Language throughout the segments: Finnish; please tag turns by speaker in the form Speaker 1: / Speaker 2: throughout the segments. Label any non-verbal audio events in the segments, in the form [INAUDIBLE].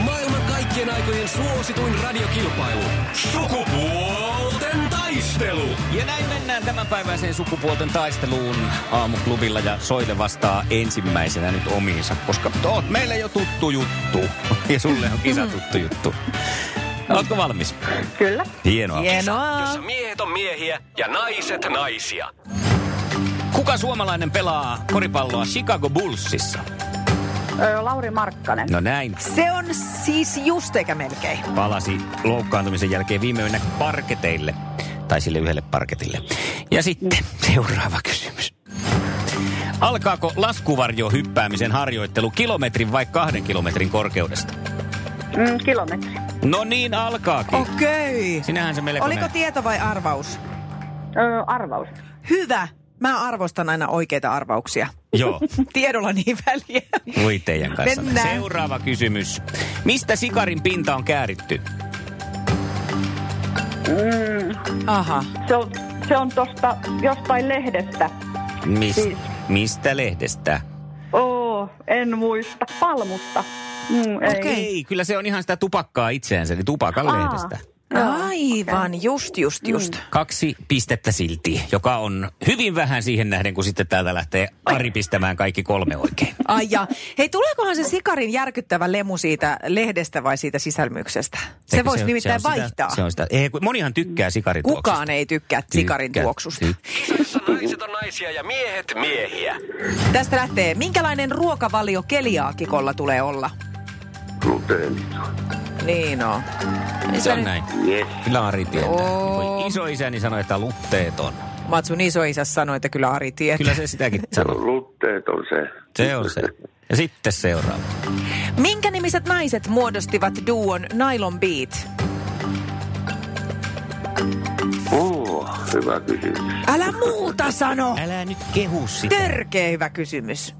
Speaker 1: Maailman kaikkien aikojen suosituin radiokilpailu. Sukupuolten taistelu.
Speaker 2: Ja näin mennään tämänpäiväiseen sukupuolten taisteluun aamuklubilla ja Soile vastaa ensimmäisenä nyt omiinsa, koska oot meille jo tuttu juttu. Ja sulle on kisa tuttu juttu. Oletko valmis?
Speaker 3: Kyllä.
Speaker 2: Hienoa.
Speaker 3: Hienoa.
Speaker 1: Jossa miehet on miehiä ja naiset naisia.
Speaker 2: Kuka suomalainen pelaa koripalloa Chicago Bullsissa?
Speaker 3: Ö, Lauri Markkanen.
Speaker 2: No näin.
Speaker 4: Se on siis just eikä melkein.
Speaker 2: Palasi loukkaantumisen jälkeen viime yönä parketeille. Tai sille yhdelle parketille. Ja sitten seuraava kysymys. Alkaako laskuvarjo hyppäämisen harjoittelu kilometrin vai kahden kilometrin korkeudesta?
Speaker 3: Mm, kilometri.
Speaker 2: No niin, alkaakin. Oh.
Speaker 4: Okei.
Speaker 2: Sinähän se melko
Speaker 4: Oliko
Speaker 2: näet.
Speaker 4: tieto vai arvaus?
Speaker 3: Ö, arvaus.
Speaker 4: Hyvä. Mä arvostan aina oikeita arvauksia. [LAUGHS]
Speaker 2: Joo,
Speaker 4: Tiedolla niin väliä.
Speaker 2: voi teidän kanssa.
Speaker 4: Mennään.
Speaker 2: Seuraava kysymys. Mistä sikarin pinta on kääritty?
Speaker 4: Aha.
Speaker 3: Se on, se on tosta jostain lehdestä.
Speaker 2: Mis-
Speaker 3: Siis.
Speaker 2: mistä lehdestä?
Speaker 3: Oo, en muista. Palmutta. Mm, ei.
Speaker 4: Okei.
Speaker 2: Ei, kyllä se on ihan sitä tupakkaa itseänsä, eli tupakan
Speaker 3: Aa.
Speaker 2: lehdestä.
Speaker 4: Aivan, just, just, just.
Speaker 2: Kaksi pistettä silti, joka on hyvin vähän siihen nähden, kun sitten täältä lähtee Ari pistämään kaikki kolme oikein.
Speaker 4: Ai ja. Hei, tuleekohan se sikarin järkyttävä lemu siitä lehdestä vai siitä sisälmyksestä? Se
Speaker 2: Eikö
Speaker 4: voisi
Speaker 2: on-
Speaker 4: nimittäin
Speaker 2: on sitä-
Speaker 4: vaihtaa.
Speaker 2: se on sitä. Ei, kun monihan tykkää sikarituoksesta.
Speaker 4: Kukaan ei tykkää sikarin
Speaker 2: Tykkää-
Speaker 4: tuoksusta.
Speaker 2: ty-
Speaker 1: Kisassa naiset on naisia ja miehet miehiä.
Speaker 4: Tästä lähtee. Minkälainen ruokavalio keliaakikolla tulee olla?
Speaker 5: gluteeniton.
Speaker 4: Niin on.
Speaker 2: Se on näin.
Speaker 5: Yes.
Speaker 2: Kyllä Ari tietää.
Speaker 4: Oo.
Speaker 2: Voi Isoisäni sanoi, että lutteeton.
Speaker 4: Matsun isoisä sanoi, että kyllä Ari tietää.
Speaker 2: Kyllä se
Speaker 4: [LAUGHS]
Speaker 2: sitäkin sanoi.
Speaker 5: Lutteet on se.
Speaker 2: Se on se. Ja sitten seuraava.
Speaker 4: Minkä nimiset naiset muodostivat duon Nylon Beat?
Speaker 5: [LAUGHS] Oo, hyvä kysymys.
Speaker 4: Älä muuta sano!
Speaker 2: Älä nyt kehu sitä.
Speaker 4: Törkeä hyvä kysymys.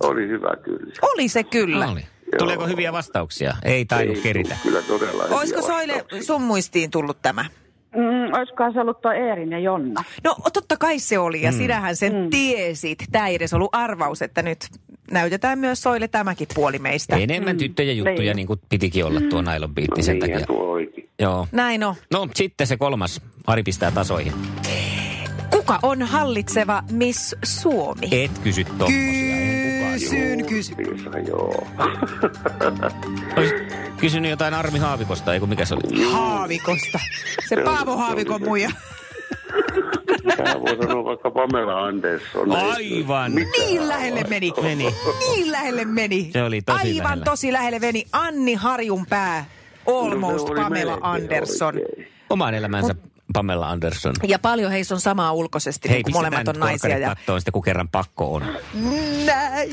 Speaker 5: Oli hyvä kyllä.
Speaker 4: Oli se kyllä.
Speaker 2: Oli. Tuleeko hyviä vastauksia? Ei tainnut
Speaker 5: Ei,
Speaker 2: keritä.
Speaker 5: Kyllä todella Niin hyviä
Speaker 4: Olisiko Soile
Speaker 5: vastauksia.
Speaker 4: sun muistiin tullut tämä?
Speaker 3: Mm, olisikohan se ollut tuo Eerin ja Jonna?
Speaker 4: No totta kai se oli
Speaker 2: Mm.
Speaker 4: ja sinähän sen tiesit. Tämä ei edes ollut arvaus, että nyt näytetään myös Soile tämäkin puoli meistä.
Speaker 2: Enemmän tyttöjä juttuja,
Speaker 3: Niin.
Speaker 2: niin kuin pitikin olla tuo nylon biitti
Speaker 5: No
Speaker 2: sen
Speaker 5: niinhän
Speaker 2: takia.
Speaker 5: tuo oikein.
Speaker 2: Joo.
Speaker 4: Näin on.
Speaker 2: No, sitten se kolmas. Ari pistää tasoihin.
Speaker 4: Kuka on hallitseva Miss Suomi?
Speaker 2: Et kysy tommosia, ei kukaan.
Speaker 4: Kysyn, kysyn.
Speaker 5: Kyllä, joo.
Speaker 2: Olisit kysynyt jotain Armi Haavikosta, eikö mikä se oli?
Speaker 4: Haavikosta. Se Paavo Haavikon muija.
Speaker 5: Tämä voi sanoa vaikka Pamela Andersson.
Speaker 2: Aivan.
Speaker 4: Niin lähelle meni.
Speaker 2: Meni.
Speaker 4: Niin lähelle meni.
Speaker 2: Se oli tosi
Speaker 4: Aivan
Speaker 2: lähellä.
Speaker 4: tosi lähelle meni. Anni Harjunpää. Almost
Speaker 5: No, se oli
Speaker 4: Pamela
Speaker 5: melkein
Speaker 4: Andersson.
Speaker 5: oikein.
Speaker 2: Oman elämänsä Pamela Andersson.
Speaker 4: Ja paljon heissä on samaa ulkoisesti,
Speaker 2: Hei,
Speaker 4: niin kun molemmat on naisia. Ja...
Speaker 2: kattoon sitten, kun kerran pakko on. Taas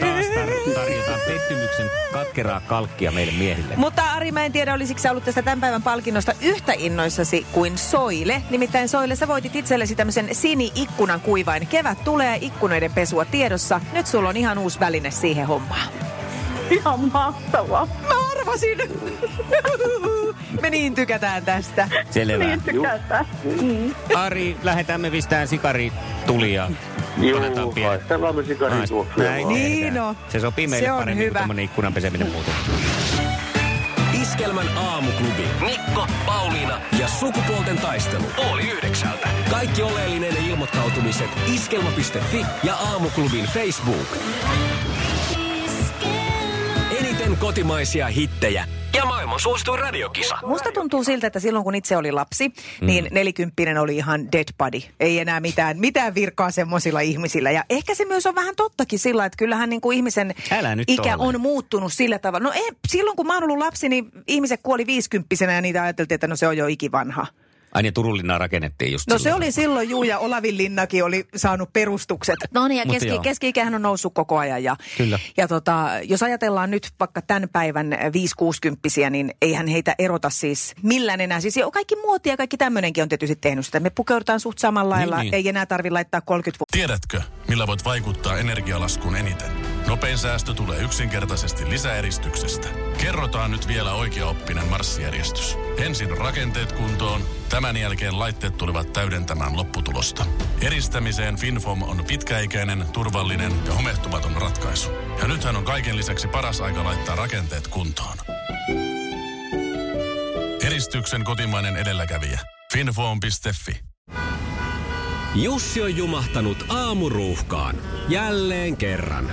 Speaker 2: tar- tarjotaan pettymyksen katkeraa kalkkia meille miehille.
Speaker 4: Mutta Ari, mä en tiedä, olisiko sä ollut tästä tämän päivän palkinnosta yhtä innoissasi kuin Soile. Nimittäin Soile, sä voitit itsellesi tämmöisen sini-ikkunan kuivain. Kevät tulee, ikkunoiden pesua tiedossa. Nyt sulla on ihan uusi väline siihen hommaan.
Speaker 3: Ihan mahtavaa.
Speaker 4: Mä arvasin! [LAUGHS] Me niin tykätään tästä.
Speaker 2: Selvä.
Speaker 3: Niin tykätään.
Speaker 2: Ari, lähetään me pistään sikari tulia. Annetaan
Speaker 5: Joo,
Speaker 2: pieni-
Speaker 5: haistellaan me sikarin
Speaker 2: Näin
Speaker 5: tuoksuja.
Speaker 4: Niin
Speaker 2: tehdään.
Speaker 4: on.
Speaker 2: Se sopii meille
Speaker 4: Se on
Speaker 2: paremmin kuin
Speaker 4: hyvä.
Speaker 2: tämmönen ikkunan peseminen muuten.
Speaker 1: Iskelmän aamuklubi. Mikko, Pauliina ja sukupuolten taistelu. Oli yhdeksältä. Kaikki oleellinen ilmoittautumiset iskelma.fi ja aamuklubin Facebook. Eniten kotimaisia hittejä ja maailman suosituin radiokisa.
Speaker 4: Musta tuntuu siltä, että silloin kun itse oli lapsi,
Speaker 2: Mm.
Speaker 4: niin nelikymppinen oli ihan dead body. Ei enää mitään, mitään virkaa semmoisilla ihmisillä. Ja ehkä se myös on vähän tottakin sillä, että kyllähän niin kuin ihmisen
Speaker 2: Älä nyt
Speaker 4: ikä
Speaker 2: tolle.
Speaker 4: on muuttunut sillä tavalla. No ei, silloin kun mä oon ollut lapsi, niin ihmiset kuoli viisikymppisenä ja niitä ajateltiin, että no se on jo ikivanha.
Speaker 2: Ai niin, Turunlinnaa rakennettiin just
Speaker 4: No se
Speaker 2: silloin.
Speaker 4: oli silloin juu ja Olavin linnakin oli saanut perustukset. No niin ja
Speaker 2: Mutta
Speaker 4: keski,
Speaker 2: joo.
Speaker 4: keski-ikähän on noussut koko ajan. Ja,
Speaker 2: Kyllä.
Speaker 4: ja tota, jos ajatellaan nyt vaikka tämän päivän 5-60-vuotiaisia, niin eihän heitä erota siis millään enää. Siis jo kaikki muoti ja kaikki tämmöinenkin on tietysti tehnyt sitä. Me pukeudutaan suht samalla lailla,
Speaker 2: niin.
Speaker 4: niin, ei enää tarvi laittaa 30 vuotta.
Speaker 6: Tiedätkö, millä voit vaikuttaa energialaskuun eniten? Nopein säästö tulee yksinkertaisesti lisäeristyksestä. Kerrotaan nyt vielä oikeaoppinen marssijärjestys. Ensin rakenteet kuntoon, tämän jälkeen laitteet tulivat täydentämään lopputulosta. Eristämiseen FinFom on pitkäikäinen, turvallinen ja homehtumaton ratkaisu. Ja nythän on kaiken lisäksi paras aika laittaa rakenteet kuntoon. Eristyksen kotimainen edelläkävijä. Finfoam.fi
Speaker 1: Jussi on jumahtanut aamuruuhkaan. Jälleen kerran.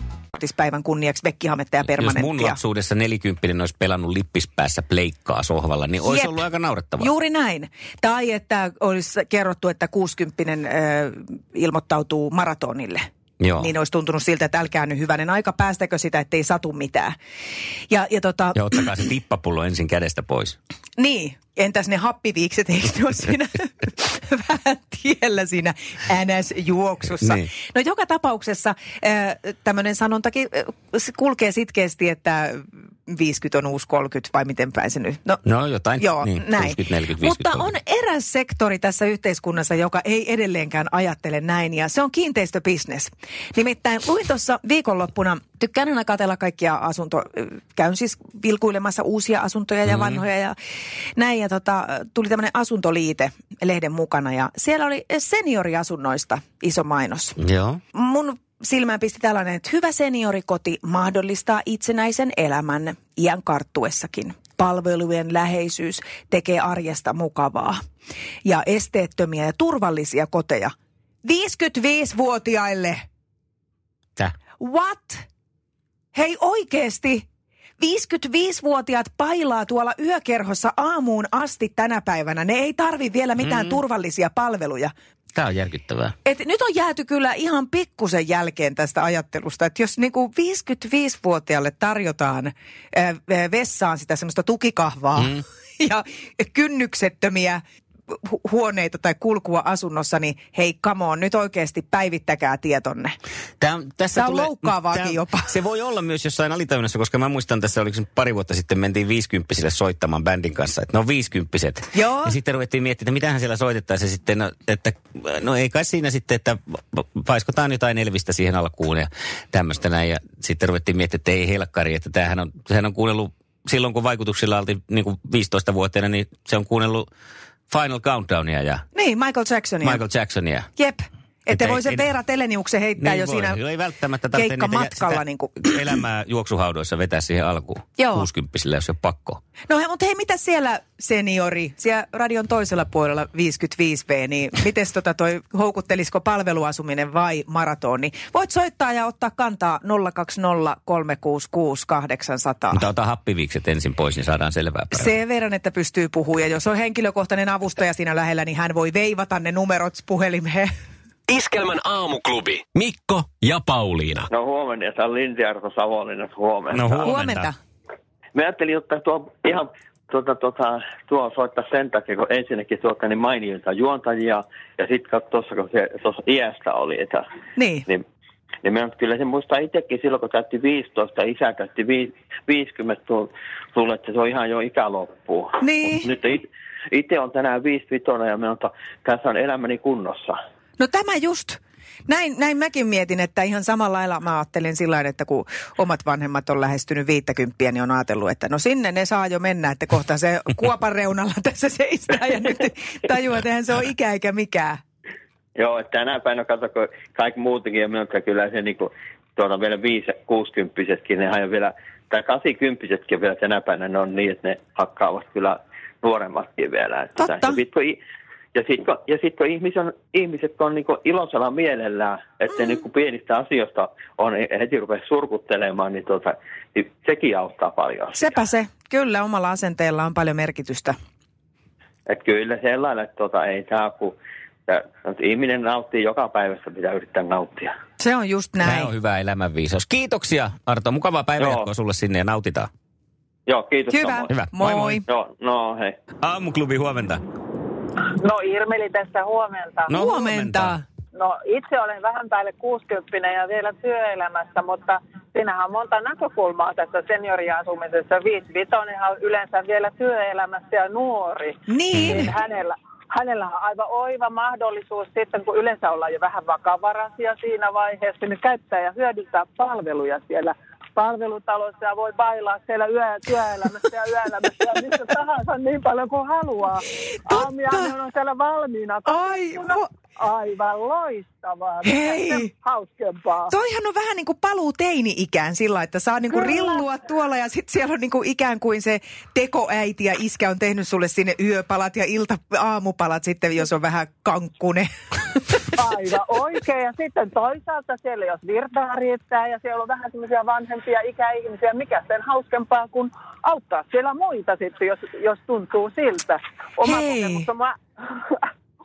Speaker 4: päivän kunniaksi vekkihametta ja permanenttia.
Speaker 2: Jos mun lapsuudessa nelikymppinen olisi pelannut lippispäässä pleikkaa sohvalla, niin olisi
Speaker 4: Jep.
Speaker 2: ollut aika naurettavaa.
Speaker 4: Juuri näin. Tai että olisi kerrottu, että 60 äh, ilmoittautuu maratonille.
Speaker 2: Joo.
Speaker 4: Niin olisi tuntunut siltä, että älkää nyt hyvänen aika, päästäkö sitä, ettei satu mitään. Ja, ja tota,
Speaker 2: Ja ottakaa se tippapullo ensin kädestä pois.
Speaker 4: niin, entäs ne happiviikset, eikö ne ole siinä [LAUGHS] vähän tiellä siinä NS-juoksussa?
Speaker 2: Niin.
Speaker 4: Niin. No joka tapauksessa äh, tämmöinen sanontakin äh, se kulkee sitkeästi, että 50 on uusi 30 vai miten päin se nyt? No,
Speaker 2: No jotain,
Speaker 4: Joo,
Speaker 2: niin,
Speaker 4: näin.
Speaker 2: 60, 40, 50.
Speaker 4: Mutta on eräs sektori tässä yhteiskunnassa, joka ei edelleenkään ajattele näin, ja se on kiinteistöbisnes. Nimittäin luin tuossa viikonloppuna, tykkään aina katella kaikkia asunto, käyn siis vilkuilemassa uusia asuntoja
Speaker 2: Mm-hmm.
Speaker 4: ja vanhoja ja näin, ja tota, tuli tämmöinen asuntoliite lehden mukana, ja siellä oli senioriasunnoista iso mainos
Speaker 2: Joo.
Speaker 4: mun silmään pisti tällainen, että hyvä seniorikoti mahdollistaa itsenäisen elämän iän karttuessakin. Palvelujen läheisyys tekee arjesta mukavaa ja esteettömiä ja turvallisia koteja 55-vuotiaille.
Speaker 2: Täh.
Speaker 4: What? Hei oikeesti! 55-vuotiaat pailaa tuolla yökerhossa aamuun asti tänä päivänä. Ne ei tarvi vielä mitään mm. turvallisia palveluja.
Speaker 2: Tämä on järkyttävää.
Speaker 4: Et nyt on jääty kyllä ihan pikkusen jälkeen tästä ajattelusta, että jos niinku 55-vuotiaalle tarjotaan ää, vessaan sitä semmoista tukikahvaa mm. [LAUGHS] ja kynnyksettömiä hu- huoneita tai kulkua asunnossa, niin hei, come on, nyt oikeasti päivittäkää tietonne.
Speaker 2: Tää, on- tässä
Speaker 4: Tää on
Speaker 2: tulee,
Speaker 4: loukkaavaakin
Speaker 2: tää-
Speaker 4: jopa.
Speaker 2: Se voi olla myös jossain alitajunnassa, koska mä muistan tässä, oliko se pari vuotta sitten mentiin viisikymppisille soittamaan bändin kanssa, että ne on viisikymppiset.
Speaker 4: Joo.
Speaker 2: Ja sitten ruvettiin miettimään, että mitähän siellä soitettaisiin ja sitten, no, että no ei kai siinä sitten, että paiskotaan jotain Elvistä siihen alkuun ja tämmöistä näin. Ja sitten ruvettiin miettimään, että ei helkkari, että tämähän on, sehän on kuunnellut silloin, kun vaikutuksilla oltiin niin kuin 15-vuotiaana, niin se on kuunnellut Final Countdownia ja
Speaker 4: Niin, Michael Jacksonia.
Speaker 2: Michael Jacksonia.
Speaker 4: Jep. Että
Speaker 2: Että
Speaker 4: voi
Speaker 2: ei-
Speaker 4: sen
Speaker 2: ei-
Speaker 4: Veera Teleniuksen heittää jo siinä
Speaker 2: Niin Ei välttämättä tarvitse
Speaker 4: keikkamatkalla.
Speaker 2: niitä-
Speaker 4: Niin kuin.
Speaker 2: sitä elämää juoksuhaudoissa vetää siihen alkuun.
Speaker 4: Joo.
Speaker 2: 60 jos on pakko.
Speaker 4: No he, mutta hei, mitä siellä seniori, siellä radion toisella puolella 55V, niin mites tota toi, houkuttelisiko palveluasuminen vai maratoni? Voit soittaa ja ottaa kantaa 020 366 800.
Speaker 2: Mutta ota happiviikset ensin pois, niin saadaan selvää päivää.
Speaker 4: Sen verran, että pystyy puhumaan. Ja jos on henkilökohtainen avustaja siinä lähellä, niin hän voi veivata ne numerot puhelimeen.
Speaker 1: Iskelmän aamuklubi. Mikko ja Pauliina.
Speaker 5: No huomenna, ja se on Lintiarto Savonlinnassa huomenna.
Speaker 2: No huomenta.
Speaker 4: Huomenta.
Speaker 5: Mä ajattelin ottaa tuo ihan tuota, tuota, tuo soittaa sen takia, kun ensinnäkin tuota niin mainioita juontajia, ja sitten tuossa, kun se tuossa iästä oli, että,
Speaker 4: Niin.
Speaker 5: niin, niin mä nyt kyllä sen muistaa itsekin silloin, kun täytti 15, isä täytti vii- 50, tu- tulle, että se on ihan jo ikäloppu.
Speaker 4: Niin.
Speaker 5: Mut Nyt it, itse on tänään 55 ja minä tässä on elämäni kunnossa.
Speaker 4: No tämä just. Näin, näin mäkin mietin, että ihan samalla lailla mä ajattelin sillä lailla, että kun omat vanhemmat on lähestynyt viittäkymppiä, niin on ajatellut, että no sinne ne saa jo mennä, että kohta se kuopan reunalla [LAUGHS] tässä seistää ja nyt tajuaa, että eihän se on ikä eikä mikään.
Speaker 5: Joo, että tänä päivänä kato, kun kaikki muutenkin, ja minä kyllä se niin kuin, tuota vielä 5 kuusikymppisetkin, ne on vielä, tai kasikymppisetkin vielä tänä päivänä, ne on niin, että ne hakkaavat kyllä nuoremmatkin vielä. Että
Speaker 4: Totta.
Speaker 5: Sitten kun i- Ja sitten kun, ja sit, kun ihmis on, ihmiset on niin iloisella mielellään, että mm. niin kuin pienistä asioista on heti rupea surkuttelemaan, niin, tuota, niin sekin auttaa paljon.
Speaker 4: Sepä se. Kyllä omalla asenteella on paljon merkitystä.
Speaker 5: Et kyllä sellainen, että tuota, ei tämä kun ja, että ihminen nauttii joka päivästä, pitää yrittää nauttia.
Speaker 4: Se on just näin.
Speaker 2: Tämä on hyvä elämänviisaus. Kiitoksia Arto, mukavaa päivänjatkoa
Speaker 5: Joo.
Speaker 2: sulle sinne ja nautitaan.
Speaker 5: Joo, kiitos.
Speaker 4: Hyvä.
Speaker 5: samoin.
Speaker 2: Hyvä.
Speaker 4: Moi
Speaker 2: Moi,
Speaker 4: moi.
Speaker 2: moi.
Speaker 5: Joo, Dạ, no hei.
Speaker 2: Aamuklubi huomenta.
Speaker 7: No Irmeli tässä huomenta.
Speaker 2: No,
Speaker 4: Huomenta.
Speaker 7: No itse olen vähän päälle 60 ja vielä työelämässä, mutta siinähän on monta näkökulmaa tässä senioriasumisessa. Viisivitoinenhan on yleensä vielä työelämässä ja nuori. Niin
Speaker 4: Niin.
Speaker 7: hänellä, hänellä on aivan oiva mahdollisuus sitten, kun yleensä ollaan jo vähän vakavaraisia siinä vaiheessa, niin käyttää ja hyödyntää palveluja siellä palvelutalossa ja voi bailaa siellä yö, työelämässä ja yöelämässä ja missä tahansa niin paljon kuin haluaa.
Speaker 4: Totta.
Speaker 7: Aamiainen on siellä valmiina.
Speaker 4: Ai, vo-
Speaker 7: Aivan loistavaa. Mikä
Speaker 4: Hei.
Speaker 7: sen Hauskempaa.
Speaker 4: [LAUGHS] Toihan on vähän niin kuin paluu teini-ikään sillä, että saa niin kuin
Speaker 7: Kyllä.
Speaker 4: rillua tuolla ja sitten siellä on niin kuin ikään kuin se tekoäiti ja iskä on tehnyt sulle sinne yöpalat ja ilta aamupalat sitten, jos on vähän
Speaker 2: [LAUGHS]
Speaker 4: kankkune.
Speaker 7: Aivan oikein. Ja sitten toisaalta siellä, jos virtaa riittää ja siellä on vähän semmoisia vanhempia ikäihmisiä, mikä sen hauskempaa kuin auttaa siellä muita sitten, jos, jos tuntuu siltä. Oma
Speaker 4: Hei.
Speaker 7: kokemus on mä...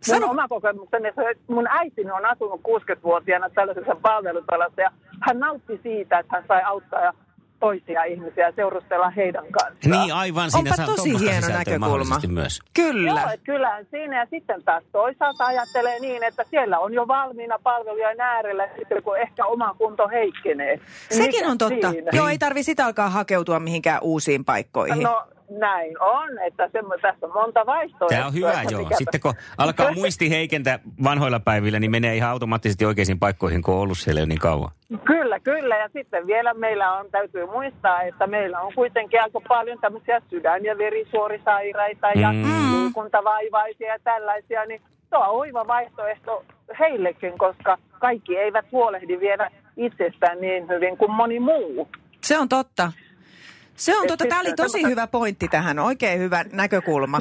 Speaker 7: Mun
Speaker 4: Sano.
Speaker 7: oma kokemukseni, se- mun äitini on asunut 60-vuotiaana tällaisessa palvelutalossa ja hän nautti siitä, että hän sai auttaa ja toisia ihmisiä ja seurustella heidän kanssaan.
Speaker 2: Niin aivan, siinä
Speaker 4: Onpa
Speaker 2: saa
Speaker 4: tosi
Speaker 2: tommosta
Speaker 4: hieno
Speaker 2: sisältöä
Speaker 4: näkökulma.
Speaker 2: mahdollisesti myös.
Speaker 7: Joo,
Speaker 4: Kyllä.
Speaker 7: että kyllähän siinä. Ja sitten taas toisaalta ajattelee niin, että siellä on jo valmiina palvelujen äärellä, sitten kun ehkä oma kunto heikkenee.
Speaker 4: Sekin
Speaker 7: Mikä
Speaker 4: on totta.
Speaker 7: siinä?
Speaker 4: Joo, ei tarvi sitä alkaa hakeutua mihinkään uusiin paikkoihin.
Speaker 7: No näin on, että se, tässä on monta vaihtoehtoa.
Speaker 2: Tämä on hyvä,
Speaker 7: että
Speaker 2: joo.
Speaker 7: mikä-
Speaker 2: Sitten kun
Speaker 7: [LAUGHS]
Speaker 2: alkaa muisti heikentää vanhoilla päivillä, niin menee ihan automaattisesti oikeisiin paikkoihin, kun on ollut siellä jo niin kauan. [LAUGHS]
Speaker 7: Kyllä, kyllä. Ja sitten vielä meillä on, täytyy muistaa, että meillä on kuitenkin aika paljon tämmöisiä sydän- ja verisuorisairaita ja
Speaker 2: Mm.
Speaker 7: liikuntavaivaisia ja tällaisia, niin tuo on oiva vaihtoehto heillekin, koska kaikki eivät huolehdi vielä itsestään niin hyvin kuin moni muu. [LAUGHS]
Speaker 4: Se on totta. Se on
Speaker 7: Et
Speaker 4: totta. Tämä oli
Speaker 7: sitten
Speaker 4: tosi
Speaker 7: semmoista-
Speaker 4: hyvä pointti tähän. Oikein hyvä näkökulma.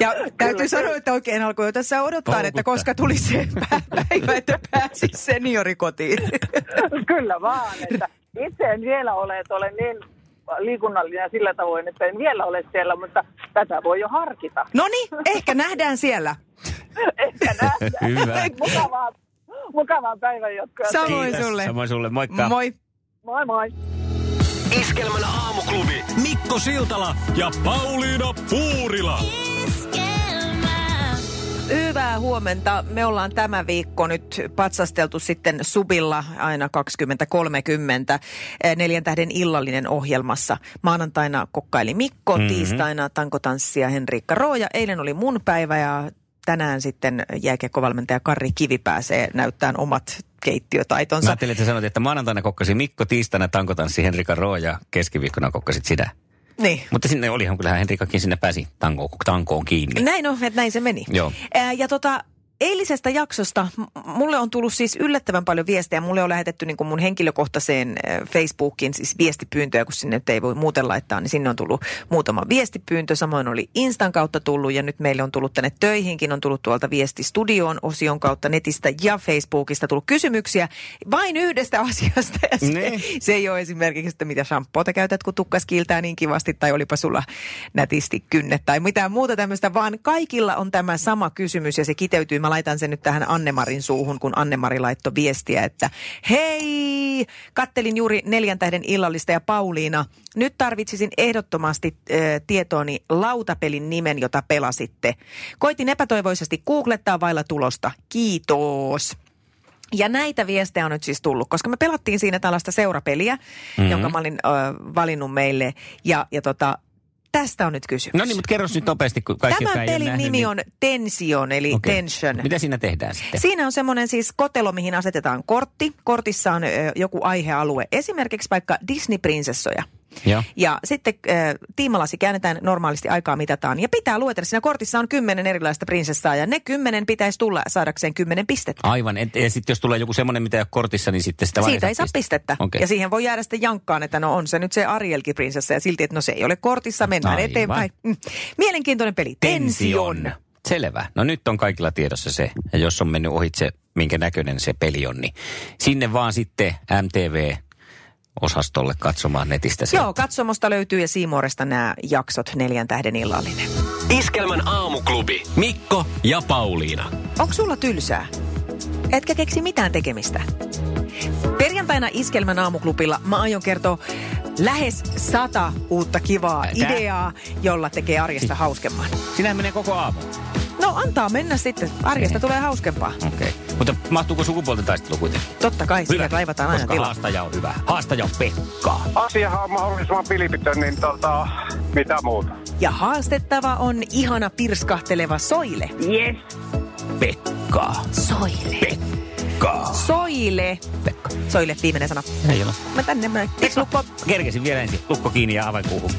Speaker 4: Ja täytyy sanoa, että oikein alkoi jo tässä odottaa, että
Speaker 2: Houkuttaa.
Speaker 4: koska tuli se päivä, että pääsi seniorikotiin.
Speaker 7: Kyllä vaan, että itse en vielä ole, että olen niin liikunnallinen sillä tavoin, että en vielä ole siellä, mutta tätä voi jo harkita.
Speaker 4: No niin, ehkä nähdään siellä.
Speaker 7: Ehkä nähdään.
Speaker 2: Hyvä.
Speaker 7: Mukavaa, mukavaa päivänjatkoa.
Speaker 4: Samoin sulle.
Speaker 2: Samoin sulle, moikka.
Speaker 4: Moi.
Speaker 7: Moi moi.
Speaker 1: Iskelmän aamuklubi. Mikko Siltala
Speaker 6: Ja Pauliina Puurila.
Speaker 4: Hyvää huomenta. Me ollaan tämä viikko nyt patsasteltu sitten subilla aina 20.30 eh, neljän tähden illallinen ohjelmassa. Maanantaina kokkaili Mikko, mm-hmm. tiistaina tankotanssia Henriikka Rooja. Eilen oli mun päivä ja tänään sitten jääkiekkovalmentaja Karri Kivi pääsee näyttämään omat
Speaker 2: Mä
Speaker 4: keittiötaitonsa.
Speaker 2: ajattelin, että sä sanoit, että maanantaina kokkasi Mikko, tiistaina tankotanssi Henrika Roo ja keskiviikkona kokkasit sinä.
Speaker 4: Niin.
Speaker 2: Mutta sinne olihan kyllähän Henrikakin sinne pääsi tankoon, tankoon kiinni.
Speaker 4: Näin on, että näin se meni.
Speaker 2: Joo.
Speaker 4: Ää, ja tota, eilisestä jaksosta m- mulle on tullut siis yllättävän paljon viestejä. Mulle on lähetetty niin kuin mun henkilökohtaiseen äh, Facebookiin siis viestipyyntöjä, kun sinne nyt ei voi muuten laittaa, niin sinne on tullut muutama viestipyyntö. Samoin oli Instan kautta tullut ja nyt meille on tullut tänne töihinkin, on tullut tuolta viestistudioon osion kautta netistä ja Facebookista tullut kysymyksiä vain yhdestä [LAUGHS] asiasta. Ja se,
Speaker 2: Niin.
Speaker 4: se ei ole esimerkiksi, että mitä shampoota käytät, kun tukkas kiiltää niin kivasti, tai olipa sulla nätisti kynne, tai mitään muuta tämmöistä, vaan kaikilla on tämä sama kysymys, ja se kiteytyy. Mä laitan sen nyt tähän Annemarin suuhun, kun Annemari laittoi viestiä, että hei, kattelin juuri neljän tähden illallista, ja Pauliina, nyt tarvitsisin ehdottomasti äh, tietooni lautapelin nimen, jota pelasitte. Koitin epätoivoisesti googlettaa vailla tulosta. Kiitos. Ja näitä viestejä on nyt siis tullut, koska me pelattiin siinä tällaista seurapeliä,
Speaker 2: Mhm.
Speaker 4: mm-hmm. jonka mä olin ö, valinnut meille. Ja, ja tota, tästä on nyt kysymys.
Speaker 2: No niin, mutta kerros nyt nopeasti, kun kaikki,
Speaker 4: Tämän
Speaker 2: jotka ei ole
Speaker 4: pelin
Speaker 2: nähnyt,
Speaker 4: nimi
Speaker 2: niin-
Speaker 4: on Tension, eli
Speaker 2: Okei.
Speaker 4: okay. Tension.
Speaker 2: Mitä siinä tehdään sitten?
Speaker 4: Siinä on semmoinen siis kotelo, mihin asetetaan kortti. Kortissa on ö, joku aihealue, esimerkiksi vaikka Disney-prinsessoja.
Speaker 2: Joo.
Speaker 4: Ja sitten äh, tiimalasi käännetään normaalisti aikaa mitataan. Ja pitää luetella, siinä kortissa on kymmenen erilaista prinsessaa ja ne kymmenen pitäisi tulla saadakseen kymmenen pistettä.
Speaker 2: Aivan. Et, ja sitten jos tulee joku semmoinen, mitä ei ole kortissa, niin sitten sitä vaan
Speaker 4: Siitä ei saa pistettä.
Speaker 2: Okei.
Speaker 4: Ja siihen voi jäädä sitten jankkaan, että no on se nyt se Arielkin prinsessa ja silti, että no se ei ole kortissa, mennään
Speaker 2: Aivan.
Speaker 4: eteenpäin. Mm. Mielenkiintoinen peli. Tension.
Speaker 2: Tension. Selvä. No nyt on kaikilla tiedossa se, ja jos on mennyt ohitse, minkä näköinen se peli on, niin sinne vaan sitten MTV-osastolle katsomaan netistä se.
Speaker 4: Joo, katsomosta löytyy ja Siimooresta nämä jaksot Neljän tähden illallinen.
Speaker 1: Iskelmän aamuklubi. Mikko ja Pauliina.
Speaker 4: Onko sulla tylsää? Etkä keksi mitään tekemistä? Perjantaina Iskelmän aamuklubilla mä aion kertoa lähes sata uutta kivaa
Speaker 2: Tää-
Speaker 4: ideaa, jolla tekee arjesta hauskemman.
Speaker 2: Sinähän menee koko aamu.
Speaker 4: No antaa mennä sitten, arjesta tulee hauskempaa.
Speaker 2: Okei. Okay. Mutta mahtuuko sukupuolten taistelu kuitenkin?
Speaker 4: Totta kai, sillä kaivataan aina
Speaker 2: koska
Speaker 4: tilaa.
Speaker 2: haastaja on hyvä. Haastaja on Pekka.
Speaker 8: Asiahan on mahdollisimman pilpitön, niin tota, mitä muuta.
Speaker 4: Ja haastettava on ihana pirskahteleva Soile.
Speaker 3: Yes.
Speaker 2: Pekka.
Speaker 4: Soile.
Speaker 2: Pekka.
Speaker 4: Soile.
Speaker 2: Pekka.
Speaker 4: Soile, viimeinen sana.
Speaker 2: Ei ole.
Speaker 4: Mä tänne mä... Eiks lukko?
Speaker 2: Kerkesin vielä ensin. Lukko kiinni ja avainkuuhun.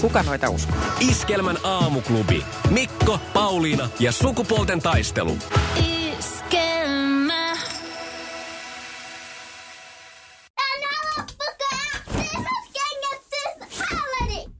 Speaker 4: Kuka noita uskoo?
Speaker 1: Iskelmän aamuklubi. Mikko, Pauliina ja sukupuolten taistelu.
Speaker 9: Iskelmä. Älä loppukaa! Tismat kengät, tismat hallani!